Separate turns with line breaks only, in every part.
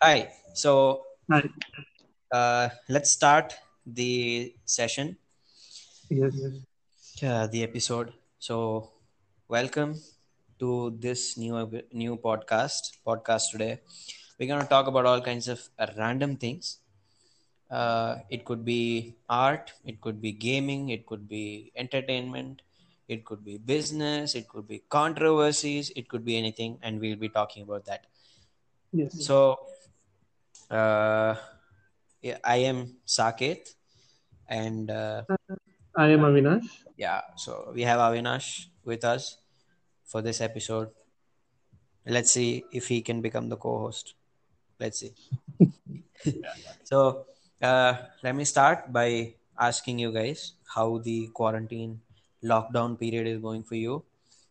Hi. So
Hi.
uh, let's start the session,
Yes.
uh, the episode. So welcome to this new ep- new podcast. Podcast today, we're gonna talk about all kinds of uh, random things. Uh, it could be art, it could be gaming, it could be entertainment, it could be business, it could be controversies, it could be anything, and we'll be talking about that.
Yes.
So uh, yeah, I am Saket, and uh,
I am Avinash.
yeah, so we have Avinash with us for this episode. Let's see if he can become the co-host. Let's see. So uh, let me start by asking you guys how the quarantine lockdown period is going for you.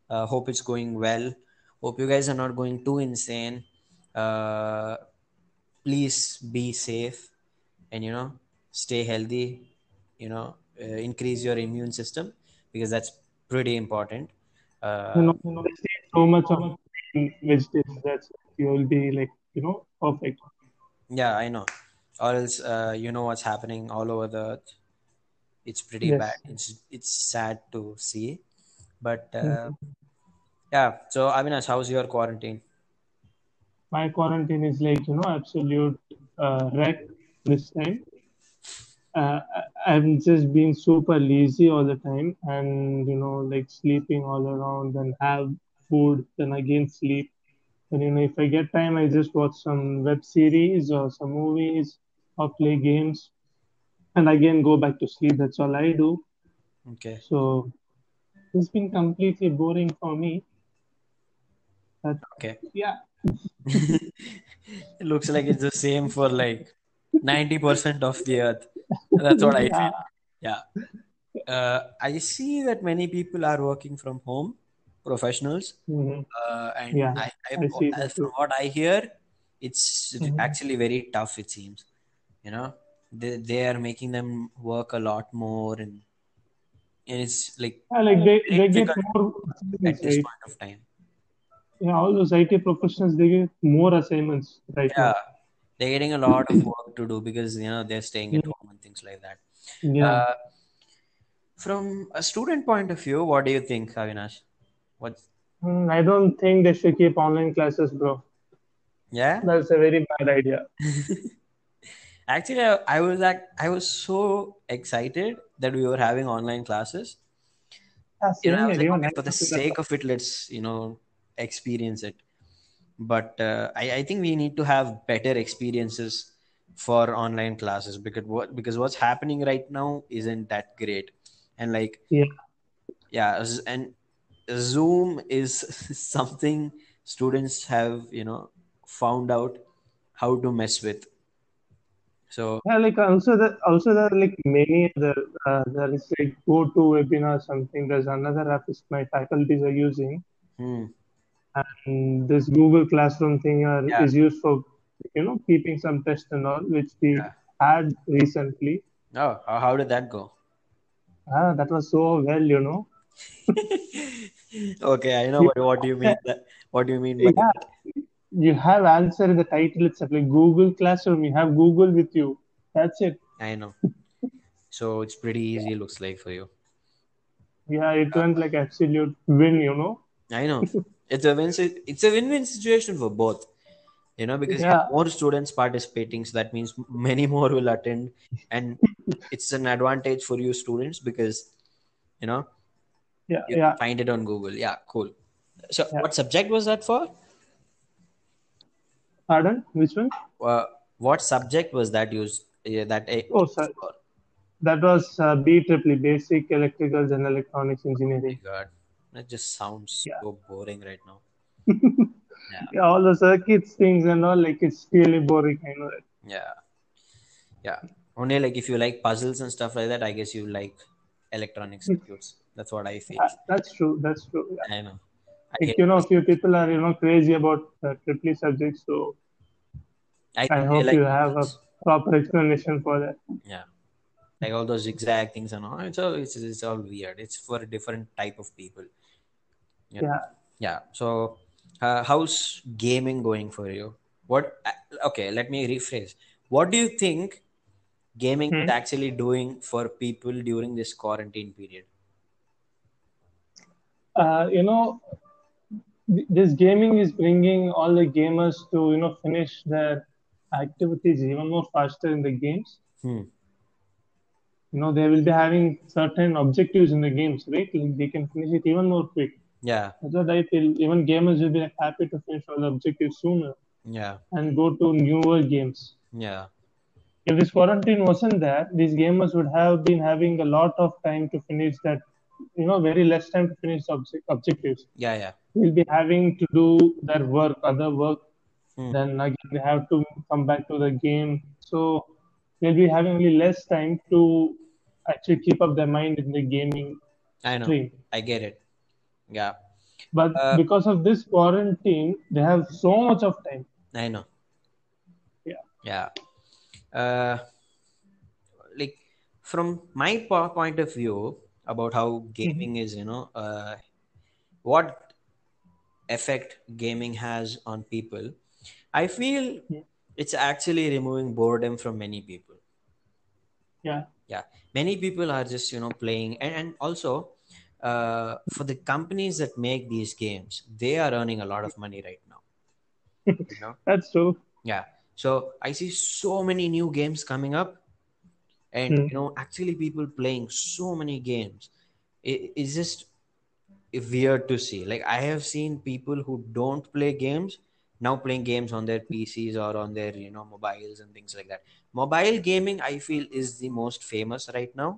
Uh, hope it's going well. Hope you guys are not going too insane. Uh, please be safe and you know stay healthy. You know uh, increase your immune system because that's pretty important.
You
Uh,
know, they say so much of vegetables that you will be like, you know, perfect.
yeah, I know. Or else uh, you know what's happening all over the earth. It's pretty bad.
Yes.
It's it's sad to see, but.
Mhm.
Uh, Yeah. So Avinash, how's your quarantine?
My quarantine is like, you know, absolute uh, wreck this time. Uh, I- I'm just being super lazy all the time and, you know, like sleeping all around and have food, then again sleep. And, you know, if I get time, I just watch some web series or some movies or play games. and again go back to sleep. That's all I do.
Okay.
So it's been completely boring for me. But
Okay.
yeah,
It looks like it's the same for like 90% of the earth. That's what I
yeah,
feel. Yeah. Uh, I see that many people are working from home, professionals.
hmm
Uh, and
yeah,
I, I,
I see that
as from
too.
what I hear, it's
hmm
actually very tough, it seems. You know, they, they are making them work a lot more and, and it's like
Yeah, like they,
very
they get
difficult
more
at
assignments,
this
right?
point of time.
Yeah, all those IT professionals they get more assignments right
Yeah.
now.
they're getting a lot of work to do because you know they're staying at
Mm,
home and things like that.
Yeah,
Uh, from a student point of view, what do you think, Avinash? What?
Mm, I don't think they should keep online classes, bro.
Yeah.
That's a very bad idea.
Actually, I, I was like, I was so excited that we were having online classes.
Yeah,
You know, I
same
was
here.
like,
Even
okay,
I
for the
should do that.
sake of it, let's you know experience it. But uh, I, I think we need to have better experiences for online classes because what because what's happening right now isn't that great, and like
Yeah,
yeah z- and zoom is something students have you know found out how to mess with so
yeah. Like also the also there are like many other uh, there is like go to webinar something. There's another app which my faculties are using.
hmm,
And this Google Classroom thing are,
yeah
is used for, you know, keeping some tests and all, which we
yeah
had recently.
oh how, how did that go
Ah, that was so well, you know.
okay i know
You,
what, what do you mean that, what do you mean by
yeah,
that
you have answer in the title itself, like Google Classroom. You have Google with you. That's it.
i know so it's pretty easy it looks like for you
Yeah, it went like absolute win, you know.
i know it's a win si- it's a win-win situation for both you know because you
Yeah,
have more students participating so that means many more will attend and it's an advantage for you students because you know
yeah,
you
yeah,
find it on google yeah cool so
yeah.
what subject was that for
Pardon? Which one?
uh, what subject was that used yeah, that uh,
Oh, sorry.
for?
That was uh, B triple Basic Electricals and Electronics
oh
Engineering.
my god that just sounds
Yeah.
so boring right now yeah
Yeah, all the circuits things and all like it's really boring. I know that.
yeah yeah only like if you like puzzles and stuff like that i guess you like electronic circuits that's what i feel
Yeah, Uh, that's true. That's true. Yeah.
i know i
Like
hate
you know, a
puzzles
few people are you know crazy about uh, triple subjects. So
i
I
think they
hope
like
you have a
puzzles
proper explanation for that.
yeah like all those zigzag things and all it's all it's, it's all weird it's for a different type of people you know
Yeah.
yeah so uh, how's gaming going for you What? Okay, let me rephrase. What do you think gaming
Hmm.
is actually doing for people during this quarantine period?
Uh, you know, th- this gaming is bringing all the gamers to you know finish their activities even more faster in the games.
Hmm.
You know, they will be having certain objectives in the games, right? Like, they can finish it even more quick.
Yeah,
That's what I feel. Even gamers will be like, happy to finish all the objectives sooner
yeah,
and go to newer games.
yeah,
If this quarantine wasn't there, these gamers would have been having a lot of time to finish that, you know, very less time to finish the obje- objectives.
yeah, yeah.
They'll be having to do their work, other work,
Hmm.
then again they have to come back to the game. So they'll be having only less time to actually keep up their mind in the gaming
I know.
stream.
I get it. Yeah,
But
Uh,
because of this quarantine, they have so much of time.
I know.
Yeah.
Yeah. Uh, like from my po- point of view about how gaming is, you know, uh, what effect gaming has on people, I feel
Yeah.
it's actually removing boredom from many people.
Yeah.
yeah many people are just you know playing and, and also uh, for the companies that make these games they are earning a lot of money right now you know
That's true.
yeah so i see so many new games coming up and
Mm.
you know actually people playing so many games it, it's just weird to see like i have seen people who don't play games now playing games on their pcs or on their you know mobiles and things like that mobile gaming i feel is the most famous right now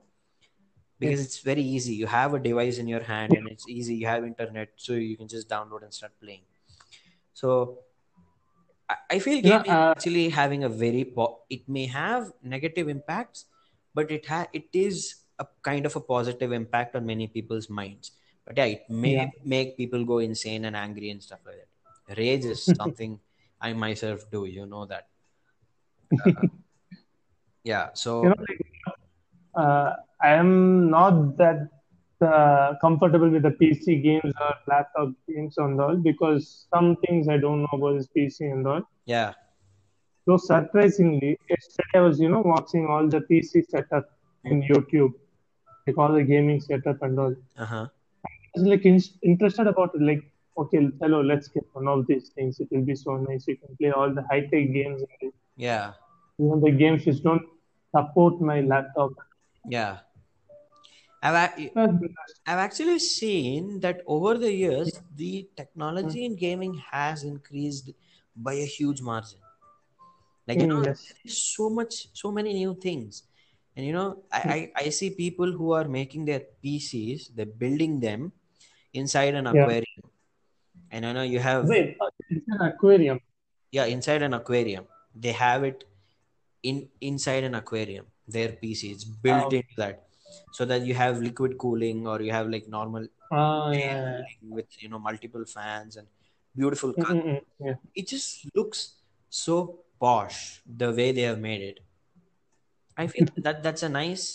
because it's very easy you have a device in your hand and it's easy you have internet so you can just download and start playing so i, I feel
You know,
gaming is
uh,
actually having a very po- it may have negative impacts but it ha- it is a kind of a positive impact on many people's minds but yeah it may
yeah.
make people go insane and angry and stuff like that rage is something i myself do you know that yeah
You know,
so
like, uh, I am not that uh, comfortable with the PC games or laptop games and all because some things I don't know about this PC and all.
yeah
So surprisingly, yesterday I was, you know, watching all the PC setup in YouTube, like all the gaming setup and all.
uh-huh
I was like in- interested about it, like, okay, hello, let's get one of these things. It will be so nice. You can play all the high tech games, and
yeah
even the games which don't support my laptop.
yeah I've, a-
That's interesting.
I've actually seen that over the years, the
Hmm.
technology in gaming has increased by a huge margin. Like, you
Mm,
know,
yes.
there's so much, so many new things. And, you know,
Hmm.
I, I, I see people who are making their PCs, they're building them inside an
Yeah.
aquarium. And I know you have,
Wait, uh, it's an aquarium.
yeah, inside an aquarium. They have it in inside an aquarium their pc it's built
Oh,
into that so that you have liquid cooling or you have like normal
ah,
air
yeah.
cooling with you know multiple fans and beautiful
Yeah.
color
Mm-mm-mm, yeah.
it just looks so posh the way they have made it i feel that that's a nice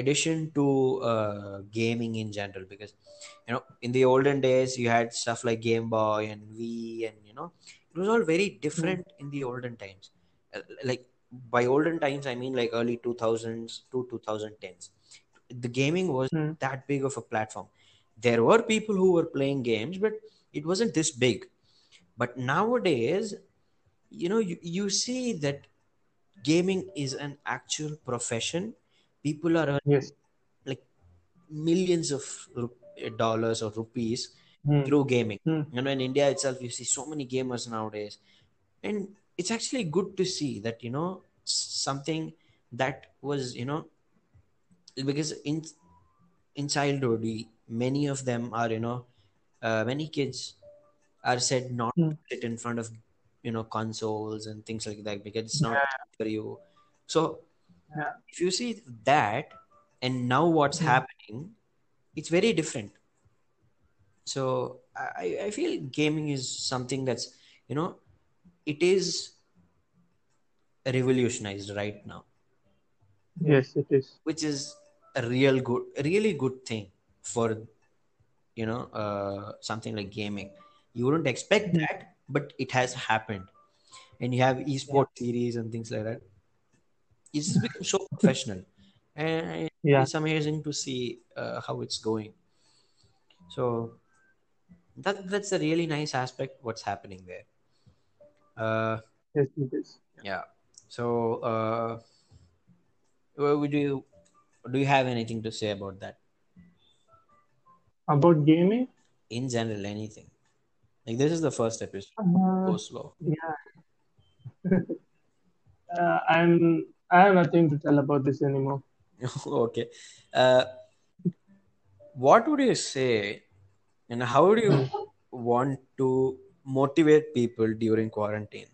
addition to uh, gaming in general because you know in the olden days you had stuff like game boy and wii and you know it was all very
Mm.
different in the olden times Uh, like by olden times i mean like early 2000s to 2010s the gaming was
Mm.
that big of a platform there were people who were playing games but it wasn't this big but nowadays you know you, you see that gaming is an actual profession people are earning
Yes.
like millions of rup- dollars or rupees
Mm.
through gaming
Mm.
you know in india itself you see so many gamers nowadays and it's actually good to see that you know s- something that was you know because in in childhood we- many of them are you know uh, many kids are said not to
Mm.
sit in front of you know consoles and things like that because it's not
Yeah.
for you so
Yeah.
if you see that and now what's
Mm.
happening it's very different so i i I feel gaming is something that's you know it is revolutionized right now
Yes, it is.
which is a real good really good thing for you know uh, something like gaming you wouldn't expect
Mm.
that but it has happened and you have esport series and things like that. It's just become so professional, and
Yeah.
it's amazing to see uh, how it's going. So that that's a really nice aspect. What's happening there? Uh,
Yes, it is.
yeah. So uh, what would you do? You have anything to say about that
About gaming,
in general? Anything? Like this is the first episode. Go
uh,
slow.
uh, I'm I have nothing to tell about this anymore.
okay. Uh, what would you say and how do you want to motivate people during quarantine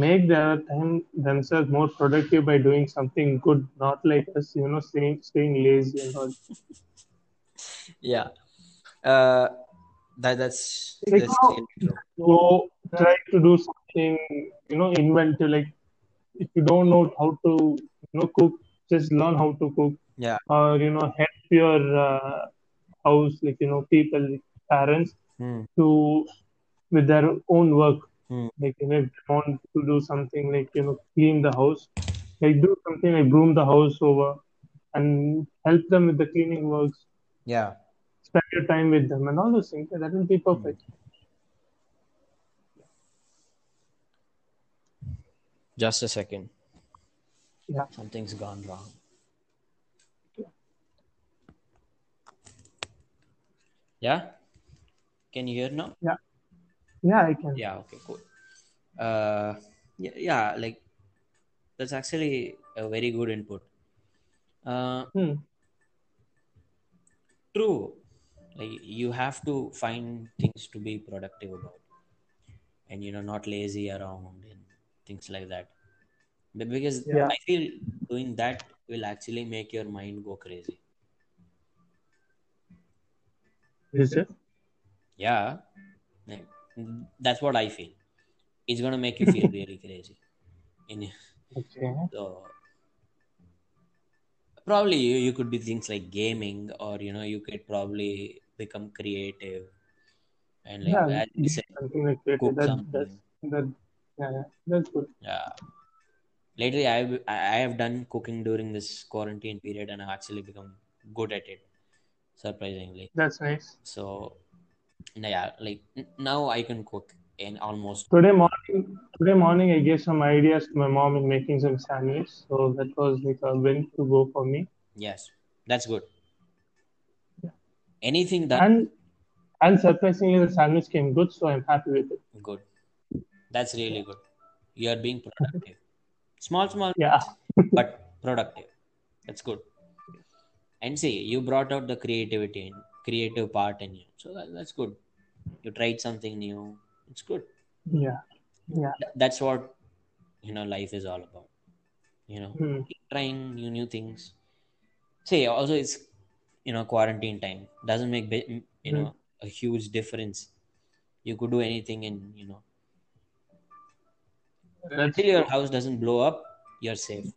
Make their time themselves more productive by doing something good, not like us, you know, staying staying lazy and all.
yeah uh that that's
Like,
that's
oh.
really true
So try to do something, you know, inventive. Like if you don't know how to, you know, cook, just learn how to cook.
yeah
Or you know, help your uh, house, like you know, people, like parents,
Hmm.
to with their own work.
Hmm.
Like you know, if they want to do something, like you know, clean the house, like do something like broom the house over, and help them with the cleaning works.
yeah
Spend your time with them and all those things. That will be perfect.
just a second
Yeah.
something's gone wrong yeah can you hear now
Yeah. Yeah, I can.
Hmm. yeah okay cool uh yeah, yeah like that's actually a very good input uh
Hmm.
true like you have to find things to be productive about and you know not lazy around and things like that But because
Yeah.
i feel doing that will actually make your mind go crazy
Is it?
yeah Like, that's what i feel it's gonna make you feel really crazy in
Okay.
so probably you, you could be things like gaming or you know you could probably become creative and like
Yeah,
as you
do
said
something like that.
cook
That that's
something
that. Yeah, yeah, that's good.
yeah lately i have i have done cooking during this quarantine period and i've actually become good at it surprisingly
That's nice.
so yeah like n- now i can cook in almost
Today morning, today morning, I gave some ideas to my mom in making some sandwich. So that was like a win to go for me.
yes that's good anything done
And and surprisingly, the sandwich came good. So I'm happy with it.
good that's really good you are being productive small small
Yeah,
but productive that's good and see you brought out the creativity and creative part in you so that, that's good you tried something new it's good
yeah, yeah.
Th- that's what you know life is all about you know
Hmm.
keep trying new new things say also it's you know quarantine time doesn't make bi- m- you
Hmm.
know a huge difference you could do anything and you know
That's
till your
true.
house doesn't blow up you're safe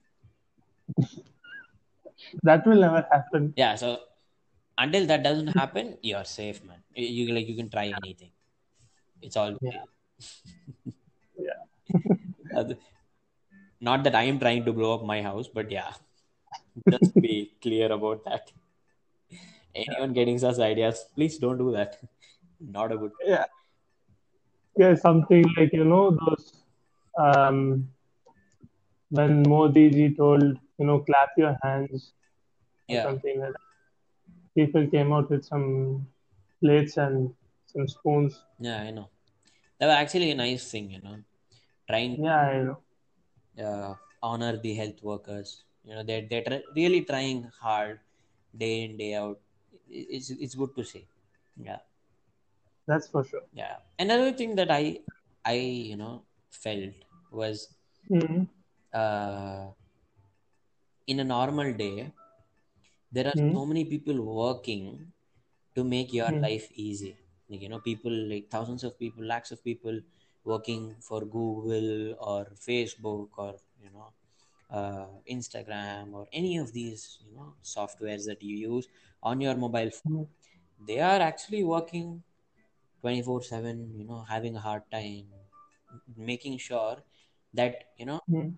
That will never happen.
yeah so until that doesn't happen you're safe man you, you like you can try anything it's all
Yeah, yeah.
uh, not that i am trying to blow up my house but yeah just be clear about that anyone getting such ideas please don't do that not a good
Yeah, yeah. Something like you know those um when Modi ji told you know clap your hands or
yeah
something like that. people came out with some plates and some spoons.
yeah i know that was actually a nice thing you know trying
Yeah, I know.
uh, honor the health workers you know they're, they're tr- really trying hard day in day out I- it's it's good to see yeah
That's for sure.
yeah another thing that i i you know felt was
Mm-hmm.
uh in a normal day there are so many people working to make your
Mm-hmm.
life easy like, you know people like thousands of people lakhs of people working for google or facebook or you know uh, instagram or any of these you know softwares that you use on your mobile phone they are actually working 24 7 you know having a hard time making sure that you know
Mm,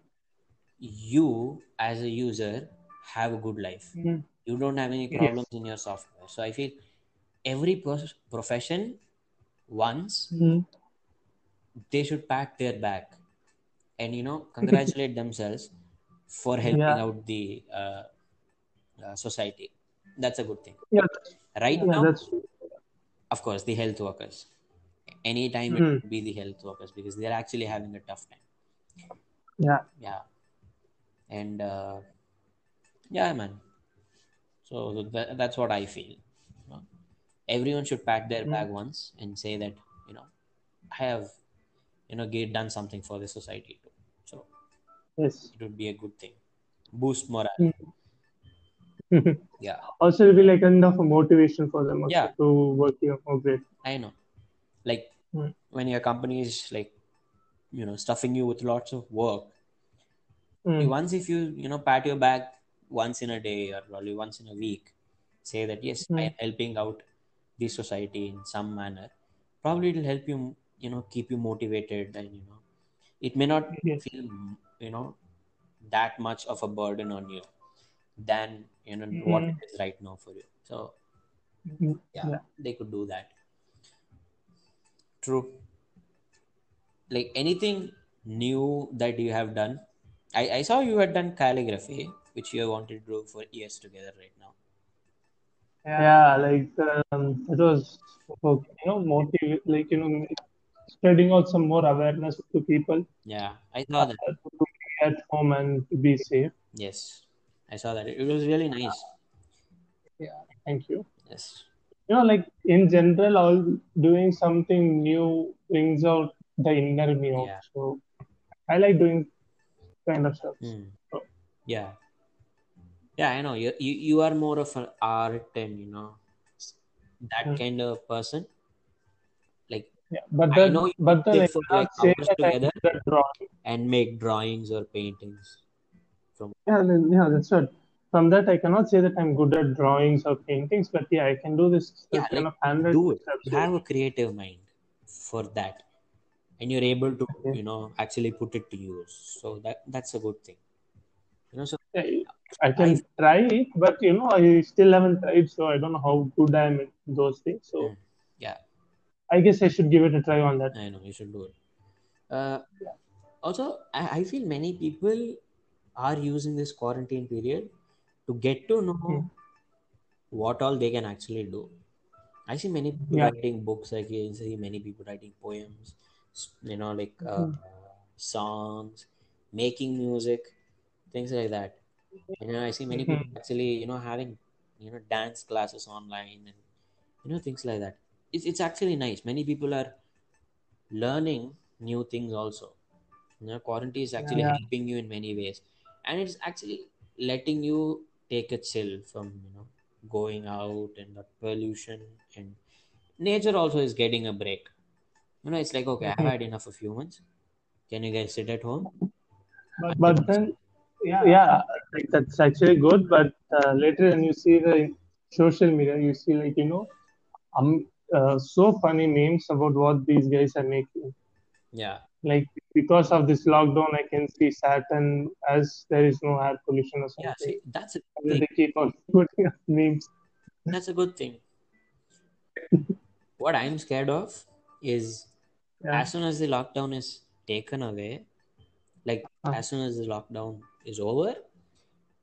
you as a user have a good life
mm,
you don't have any problems
Yes.
in your software so i feel every pros- profession once
Mm.
they should pack their bag and you know congratulate themselves for helping
Yeah.
out the uh, uh, society that's a good thing
Yeah.
right
Yeah.
now
That's true.
of course the health workers anytime it
Mm.
could be the health workers because they're actually having a tough time
Yeah.
yeah and uh, yeah man so that, that's what i feel you know. everyone should pack their
Mm.
bag once and say that you know i have you know get done something for the society too so
Yes.
it would be a good thing boost morale
Mm.
yeah
Also, it'll be like kind of a motivation for them
yeah
also to work here more great.
i know like
Mm.
when your company is like you know stuffing you with lots of work
Mm.
once if you you know pat your back once in a day or probably once in a week say that yes i
Mm.
am helping out the society in some manner probably it'll help you you know keep you motivated and you know it may not
Yes.
feel you know that much of a burden on you than you know what
Mm.
it is right now for you so
Mm.
yeah
Yeah.
they could do that true like anything new that you have done i, I saw you had done calligraphy which you have wanted to do for years together right now
Yeah, like um, it was for you know motive, like you know, spreading out some more awareness to people
yeah i saw
uh,
that
to be at home and to be safe.
yes i saw that it was really nice
Yeah, thank you.
yes
You know, like in general, all doing something new brings out the inner me out.
yeah
So I like doing kind of stuff.
Hmm.
So,
yeah yeah i know you, you you are more of an art and you know that
mm,
kind of person like
yeah, but
i
then,
know you would
but then I
sit for
can't
like
say
hours
that I
together
do that drawing.
and make drawings or paintings from
Yeah, then- yeah, that's right. From that, I cannot say that I'm good at drawings or paintings, but yeah, I can do this
yeah
that kind
like
of handwriting
do it
stuff.
you
So,
have a creative mind for that and you're able to
okay.
you know actually put it to use so that that's a good thing you know so
I I
i
can try it, but you know, I still haven't tried, so I don't know how good I am in those things. So
Mm, yeah
I guess I should give it a try on that.
i know you should do it uh, also I, I feel many people are using this quarantine period to get to
Mm.
know what all they can actually do i see many people
Yeah.
writing books i can see many people writing poems s- you know like uh,
Mm.
songs making music things like that you know i see many people
Mhm.
actually you know having you know dance classes online and you know things like that it's, it's actually nice many people are learning new things also you know quarantine is
Yeah.
actually
Yeah.
helping you in many ways and it's actually letting you take a chill from you know going out and the pollution and nature also is getting a break you know it's like okay i've
Mhm.
had enough of humans can you guys sit at home i
But
can
but
do
then,
something yeah
yeah, like that's actually good. But uh, later, when you see the social media, you see like you know, um, uh, so funny memes about what these guys are making.
yeah
Like because of this lockdown, I can see Saturn as there is no air pollution or
yeah
something.
see that's a good
And then
thing
they keep on putting up memes.
that's a good thing what i'm scared of is
Yeah.
as soon as the lockdown is taken away like
Uh,
as soon as the lockdown is over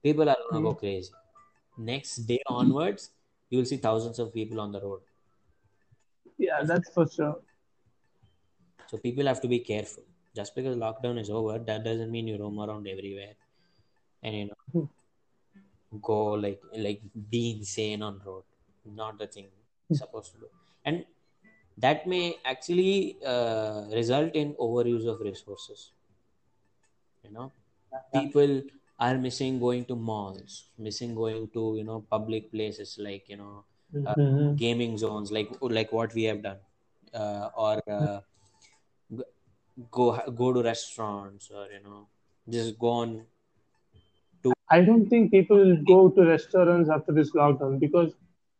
people are gonna
mm.
go crazy next day onwards you will see thousands of people on the road
Yeah, that's for sure.
so people have to be careful just because lockdown is over that doesn't mean you roam around everywhere and you know
Mm.
go like like be insane on road not the thing you're supposed to do and that may actually uh, result in overuse of resources you know
Yeah.
people are missing going to malls missing going to you know public places like you know uh,
Mhm.
gaming zones like like what we have done uh, or uh, g- go go to restaurants or you know just go on to
I don't think people will go to restaurants after this lockdown because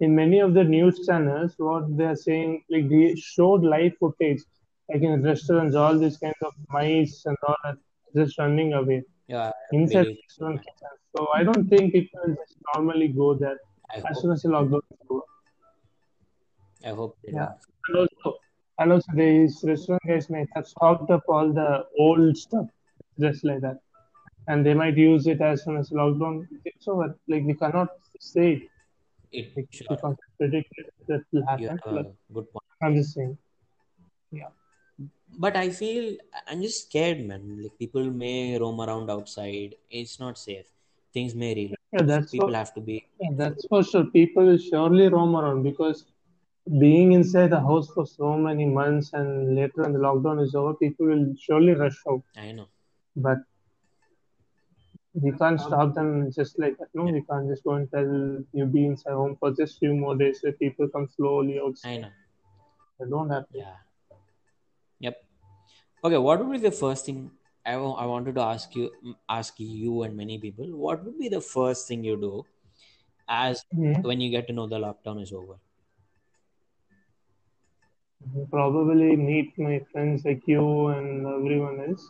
in many of the news channels, what they are saying, like they showed live footage. like in restaurants, all these kinds of mice and all are just running away
Yeah,
inside
Really?
restaurant kitchens. So I don't think it will just normally go there
I
as
hope,
soon as the lockdown is over.
I hope they
Yeah.
yeah.
And also, and also these restaurant guys might have stocked up all the old stuff just like that. And they might use it as soon as lockdown it's over. Like we cannot say it.
It
We, we
sure
can't predict it that will
you
happen.
have a
But
good point.
I'm just saying. Yeah.
But I feel I'm just scared, man. Like people may roam around outside. It's not safe. Things may relapse.
Yeah, that's
people
for,
have to be
yeah, that's for sure. People will surely roam around because being inside the house for so many months and later when the lockdown is over, people will surely rush out.
I know.
But we can't stop them just like that. No, we can't just go and tell you be inside home for just few more days. Let people come slowly outside.
I know.
They don't have to.
Yeah. Yep. Okay, what would be the first thing I wa- I wanted to ask you ask you and many people, what would be the first thing you do as
Mhm.
when you get to know the lockdown is over?
Probably meet my friends like you and everyone else.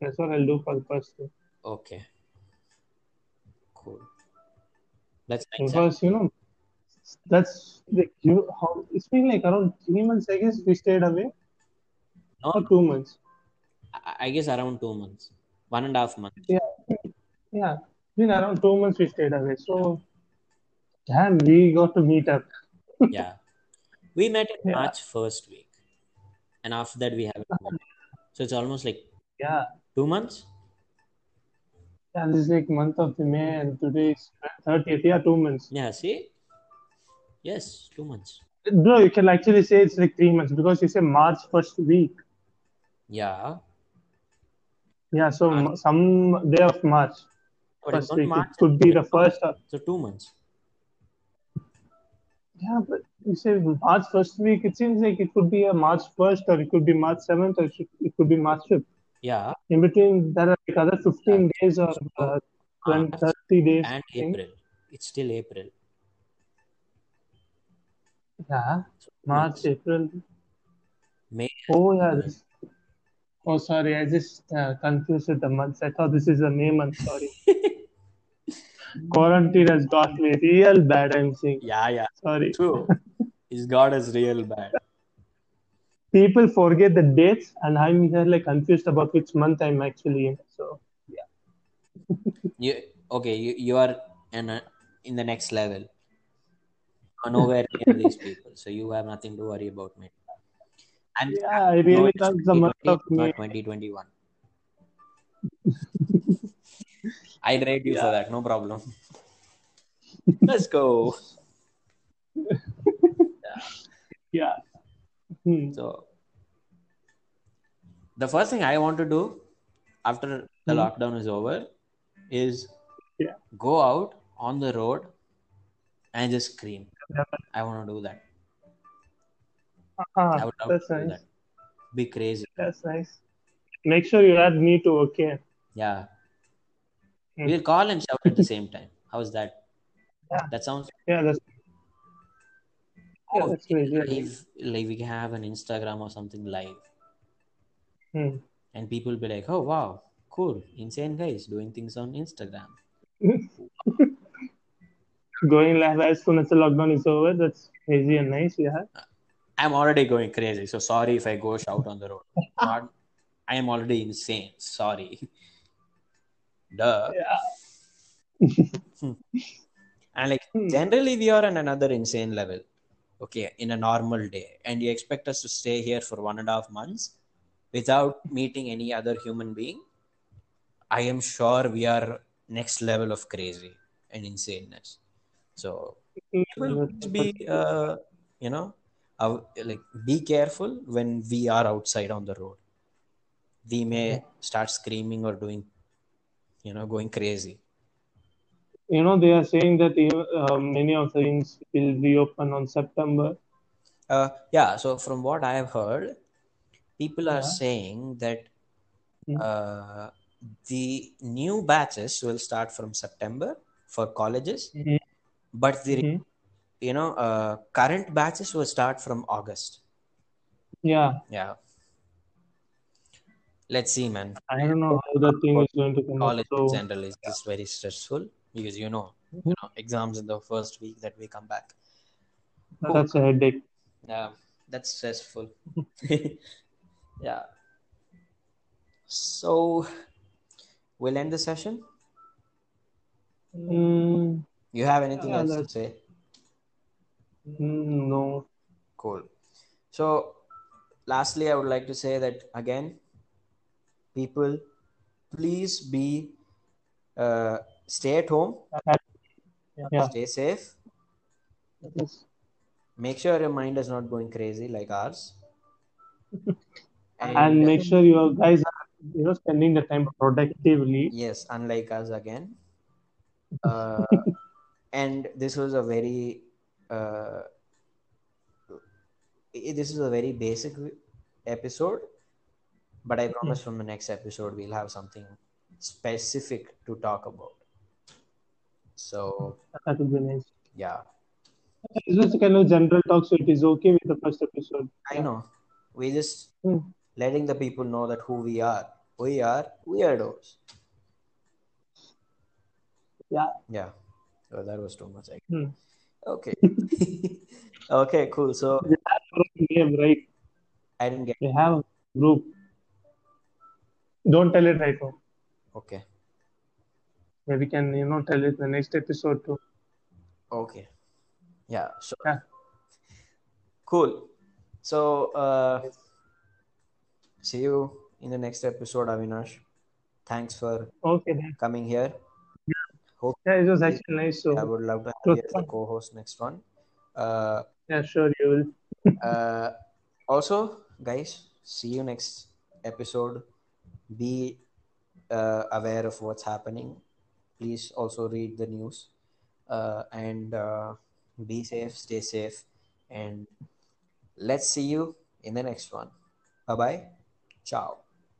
That's what I'll do for the first thing.
Okay, cool. That's nice.
Because you know, that's like you how it's been like around three months, I guess, we stayed away
No,
or two months.
I I guess around two months, one and a half months.
Yeah, yeah. It's been around two months we stayed away. So damn we got to meet up.
Yeah, we met in
Yeah.
March first week, and after that we haven't met. So it's almost like
Yeah.
two months.
Yeah, this is like month of the May and today is 30th. Yeah, two months.
Yeah, see, yes, two months.
Bro, you can actually say it's like three months because you say March first week.
Yeah,
Yeah, so m- some day of March
Ah. but it's not
first week. It
March.
could be the first. Or,
So two months.
yeah, but you say March first week. It seems like it could be a March first or it could be March seventh or it should- it could be March fifth.
Yeah,
In between, there are like other 15 days or uh, 20,
March
30 days.
Ah. and
I think.
April. It's still April.
Yeah,
So two
March,
months.
April.
May.
Oh, yeah.
April.
This, oh, sorry. I just uh, confused with the months. I thought this is the May month. Sorry. Quarantine has got me real bad. I'm saying
Yeah, yeah.
sorry.
True. His God is real bad.
People forget the dates, and I'm here like confused about which month I'm actually in. So
You okay? You, you are in a, in the next level. You are nowhere near these people, so you have nothing to worry about, mate. I'm
yeah, I
no,
really
it's
thought the month
2020,
of
not
May.
2021. I rate you for that. No problem. Let's go.
Yeah. Hmm.
So the first thing I want to do after the
Hmm.
lockdown is over is
Yeah.
go out on the road and just scream. I want to do that.
Ah,
I would love
that's
to do
nice.
that. Be crazy.
That's nice. Make sure you add me to okay.
Yeah.
Hmm.
We'll call and shout at the same time. How's that?
Yeah.
That sounds.
Yeah, that's yeah,
Oh,
that's really good.
live, like we can have an Instagram or something live,
Hmm.
and people be like, "Oh wow, cool, insane guys doing things on Instagram."
Going live as soon as the lockdown is over. That's easy and nice. Yeah.
I'm already going crazy, so sorry if I go shout on the road. Not, I am already insane. Sorry. Duh.
Yeah.
And like
Hmm.
generally, we are on another insane level. Okay, in a normal day, and you expect us to stay here for one and a half months without meeting any other human being. I am sure we are next level of crazy and insaneness. So
Hmm.
it will
That's for
be, uh, you know, out- like be careful when we are outside on the road. We
sure.
may start screaming or doing, you know, going crazy.
You know, they are saying that uh, many of the inns will reopen on September.
Uh, yeah. So from what I have heard, people are
Yeah.
saying that
Hmm.
uh, the new batches will start from September for colleges,
Mhm.
but the
Mhm.
you know uh, current batches will start from August.
Yeah.
Yeah. let's see man
I don't know how the thing is going to come up.
college in
So Hmm.
general is just very stressful because you know you know exams in the first week that we come back oh,
that's a headache.
yeah that's stressful yeah so we'll end the session
Mm,
you have anything
yeah,
else to
that's
say
mm, no.
cool so lastly i would like to say that again people please be uh, stay at home
Yeah.
stay safe
Yes.
make sure your mind is not going crazy like ours and
And make sure you guys are you know spending the time productively.
yes unlike us again uh, and this was a very uh, i- this is a very basic episode but i
Mm.
promise from the next episode we'll have something specific to talk about so
That would be nice.
yeah
It's just a kind of general talk, so it is okay with the first episode.
i
Yeah.
know we just
Mm.
letting the people know that who we are we are weirdos
Yeah.
yeah oh, that was too much I
Mm.
okay okay cool so
We have our own name, right?
i didn't get
We have a group. Don't tell it right now.
okay
But we can, you know, tell it the next episode too.
okay yeah sure
Yeah.
cool so uh
Yes.
see you in the next episode avinash thanks for
Okay. Then.
coming here hope
Yeah, it was actually nice.
i
So
would love to
it
have
was
you as the
fun.
co-host next one uh
Yeah, sure you will.
uh also guys see you next episode be uh, aware of what's happening please also read the news uh, and uh, be safe stay safe and let's see you in the next one bye bye ciao